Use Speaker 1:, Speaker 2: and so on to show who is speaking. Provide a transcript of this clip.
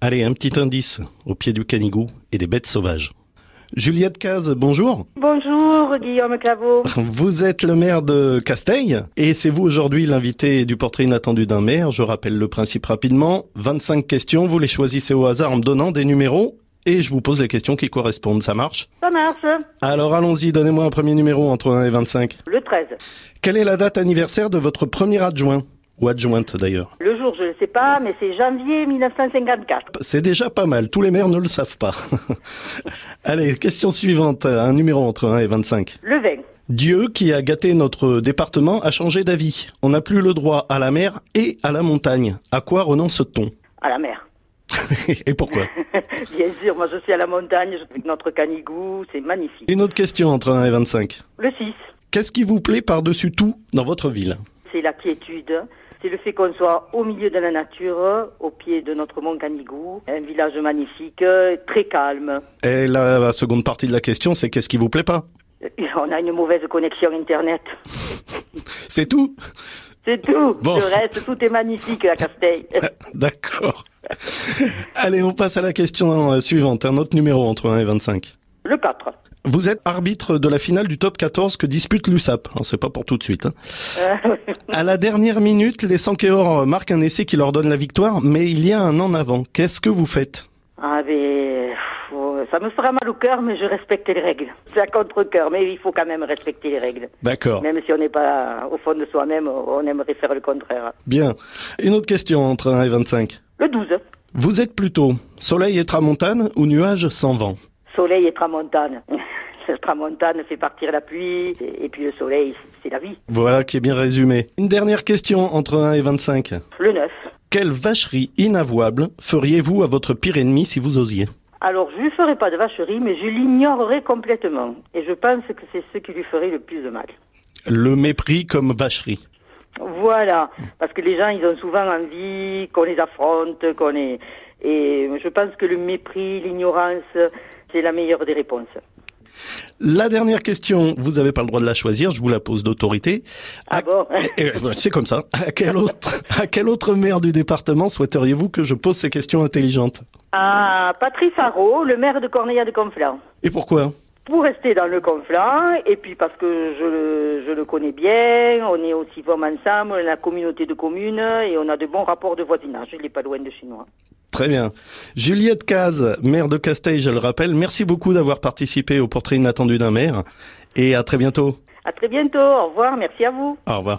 Speaker 1: Allez, un petit indice au pied du canigou et des bêtes sauvages. Juliette Caz, bonjour.
Speaker 2: Bonjour Guillaume Clavaux.
Speaker 1: Vous êtes le maire de Casteille et c'est vous aujourd'hui l'invité du portrait inattendu d'un maire. Je rappelle le principe rapidement. 25 questions, vous les choisissez au hasard en me donnant des numéros et je vous pose les questions qui correspondent. Ça marche
Speaker 2: Ça marche. hein
Speaker 1: Alors allons-y, donnez-moi un premier numéro entre 1 et 25.
Speaker 2: Le 13.
Speaker 1: Quelle est la date anniversaire de votre premier adjoint Ou adjointe d'ailleurs
Speaker 2: Le jour, je ne sais pas, mais c'est janvier 1954.
Speaker 1: C'est déjà pas mal, tous les maires ne le savent pas. Allez, question suivante, un numéro entre 1 et 25.
Speaker 2: Le 20.
Speaker 1: Dieu qui a gâté notre département a changé d'avis. On n'a plus le droit à la mer et à la montagne. À quoi renonce-t-on
Speaker 2: À la mer.
Speaker 1: Et pourquoi
Speaker 2: Bien sûr, moi je suis à la montagne, je suis notre canigou, c'est magnifique.
Speaker 1: Une autre question entre 1 et 25.
Speaker 2: Le 6.
Speaker 1: Qu'est-ce qui vous plaît par-dessus tout dans votre ville
Speaker 2: C'est la quiétude. C'est le fait qu'on soit au milieu de la nature, au pied de notre mont Canigou, un village magnifique, euh, très calme.
Speaker 1: Et la, la seconde partie de la question, c'est qu'est-ce qui vous plaît pas
Speaker 2: Euh, On a une mauvaise connexion Internet.
Speaker 1: C'est tout
Speaker 2: C'est tout.
Speaker 1: Bon.
Speaker 2: Le reste, tout est magnifique à Casteille.
Speaker 1: D'accord. Allez, on passe à la question euh, suivante, un autre numéro entre 1 et 25.
Speaker 2: Le 4.
Speaker 1: Vous êtes arbitre de la finale du top 14 que dispute l'USAP. Alors, C'est pas pour tout de suite. hein.
Speaker 2: Euh,
Speaker 1: À la dernière minute, les Sankeor marquent un essai qui leur donne la victoire, mais il y a un en avant. Qu'est-ce que vous faites
Speaker 2: Ah ben, pff, oh, ça me fera mal au cœur, mais je respecte les règles. C'est à contre-cœur, mais il faut quand même respecter les règles.
Speaker 1: D'accord.
Speaker 2: Même si on n'est pas au fond de soi-même, on aimerait faire le contraire.
Speaker 1: Bien. Une autre question entre 1 et 25.
Speaker 2: Le 12,
Speaker 1: Vous êtes plutôt soleil et tramontane ou nuage sans vent
Speaker 2: soleil et tramontane. Le tramontane fait partir la pluie, et et puis le soleil, c'est la vie.
Speaker 1: Voilà qui est bien résumé. Une dernière question entre 1 et 25.
Speaker 2: Le 9.
Speaker 1: Quelle vacherie inavouable feriez-vous à votre pire ennemi si vous osiez
Speaker 2: Alors, je lui ferai pas de vacherie, mais je l'ignorerai complètement. Et je pense que c'est ce qui lui ferait le plus de mal.
Speaker 1: Le mépris comme vacherie.
Speaker 2: Voilà, parce que les gens, ils ont souvent envie qu'on les affronte, qu'on les... Et je pense que le mépris, l'ignorance, c'est la meilleure des réponses.
Speaker 1: La dernière question, vous n'avez pas le droit de la choisir, je vous la pose d'autorité.
Speaker 2: Ah
Speaker 1: À-
Speaker 2: bon
Speaker 1: Eh, eh, ben, C'est comme ça. À quel autre, à quel autre maire du département souhaiteriez-vous que je pose ces questions intelligentes
Speaker 2: Ah, Patrice Haro, le maire de Corneilla de Conflans.
Speaker 1: Et pourquoi
Speaker 2: Pour rester dans le Conflans, et puis parce que je le, je le connais bien, on est aussi forts ensemble, on a la communauté de communes, et on a de bons rapports de voisinage. Il n'est pas loin de chez nous. hein.
Speaker 1: Très bien. Juliette Caz, maire de Casteille, je le rappelle, merci beaucoup d'avoir participé au portrait inattendu d'un maire et à très bientôt.
Speaker 2: À très bientôt, au revoir, merci à vous.
Speaker 1: Au revoir.